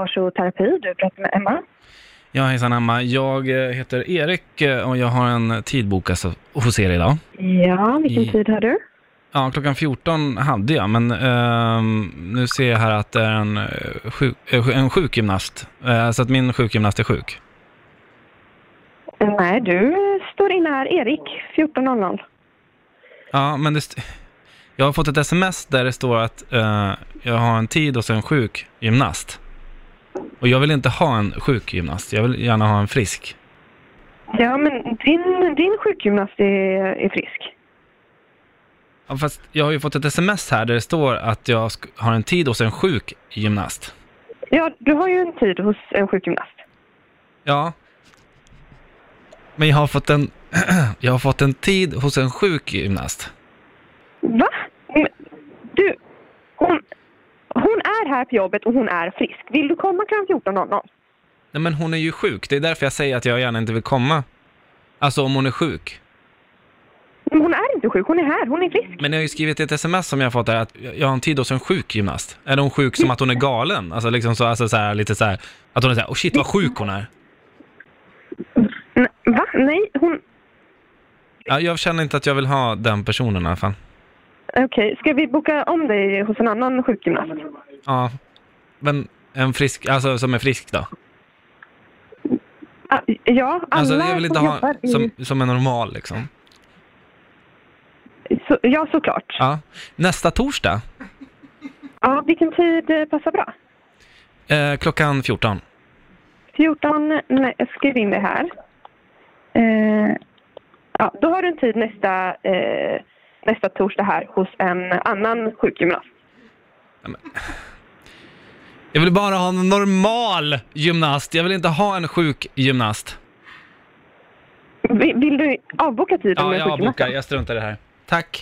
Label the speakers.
Speaker 1: Marsoterapi, du pratar med Emma.
Speaker 2: Ja, hejsan Emma. Jag eh, heter Erik eh, och jag har en tidbok alltså, hos er idag.
Speaker 1: Ja, vilken
Speaker 2: I-
Speaker 1: tid har du?
Speaker 2: Ja, klockan 14 hade jag, men ehm, nu ser jag här att det är en, eh, sjuk, eh, en sjukgymnast. Eh, så att min sjukgymnast är sjuk.
Speaker 1: Eh, Nej, du eh, står inne här. Erik, 14.00.
Speaker 2: Ja, men det st- jag har fått ett sms där det står att eh, jag har en tid hos en sjukgymnast. Och jag vill inte ha en sjukgymnast, jag vill gärna ha en frisk.
Speaker 1: Ja, men din, din sjukgymnast är, är frisk.
Speaker 2: Ja, fast jag har ju fått ett sms här där det står att jag sk- har en tid hos en sjukgymnast.
Speaker 1: Ja, du har ju en tid hos en sjukgymnast.
Speaker 2: Ja. Men jag har fått en, jag har fått en tid hos en sjukgymnast.
Speaker 1: Va? Men, Du, hon, hon är här på jobbet och hon är frisk. Vill du komma klockan 14.00?
Speaker 2: Nej men hon är ju sjuk, det är därför jag säger att jag gärna inte vill komma. Alltså om hon är sjuk.
Speaker 1: Men hon är inte sjuk, hon är här, hon är frisk.
Speaker 2: Men jag har ju skrivit ett sms som jag har fått där att jag har en tid hos en sjukgymnast. Är hon sjuk som att hon är galen? Alltså liksom så, alltså så här, lite så här, att hon är så här, oh shit vad sjuk hon är.
Speaker 1: N- va? Nej, hon...
Speaker 2: Ja, jag känner inte att jag vill ha den personen i alla fall.
Speaker 1: Okej, ska vi boka om dig hos en annan sjukgymnast?
Speaker 2: Ja, men en frisk, alltså som är frisk då.
Speaker 1: Ah, Ja, alla
Speaker 2: Alltså jag vill inte
Speaker 1: som
Speaker 2: ha
Speaker 1: jobbar i...
Speaker 2: som, som är normal liksom.
Speaker 1: Så, ja, såklart. Ja.
Speaker 2: Ja. Nästa torsdag,
Speaker 1: vilken tid eh, passar bra?
Speaker 2: eh, klockan 14.
Speaker 1: 14, nej, jag skriver in det här. Eh, ja, då har du en tid nästa, eh, nästa torsdag här hos en annan sjukgymnast.
Speaker 2: Jag vill bara ha en normal gymnast, jag vill inte ha en sjuk gymnast.
Speaker 1: Vill, vill du avboka tiden
Speaker 2: Ja,
Speaker 1: med
Speaker 2: jag
Speaker 1: sjukgymnasten?
Speaker 2: avbokar, jag struntar i det här. Tack.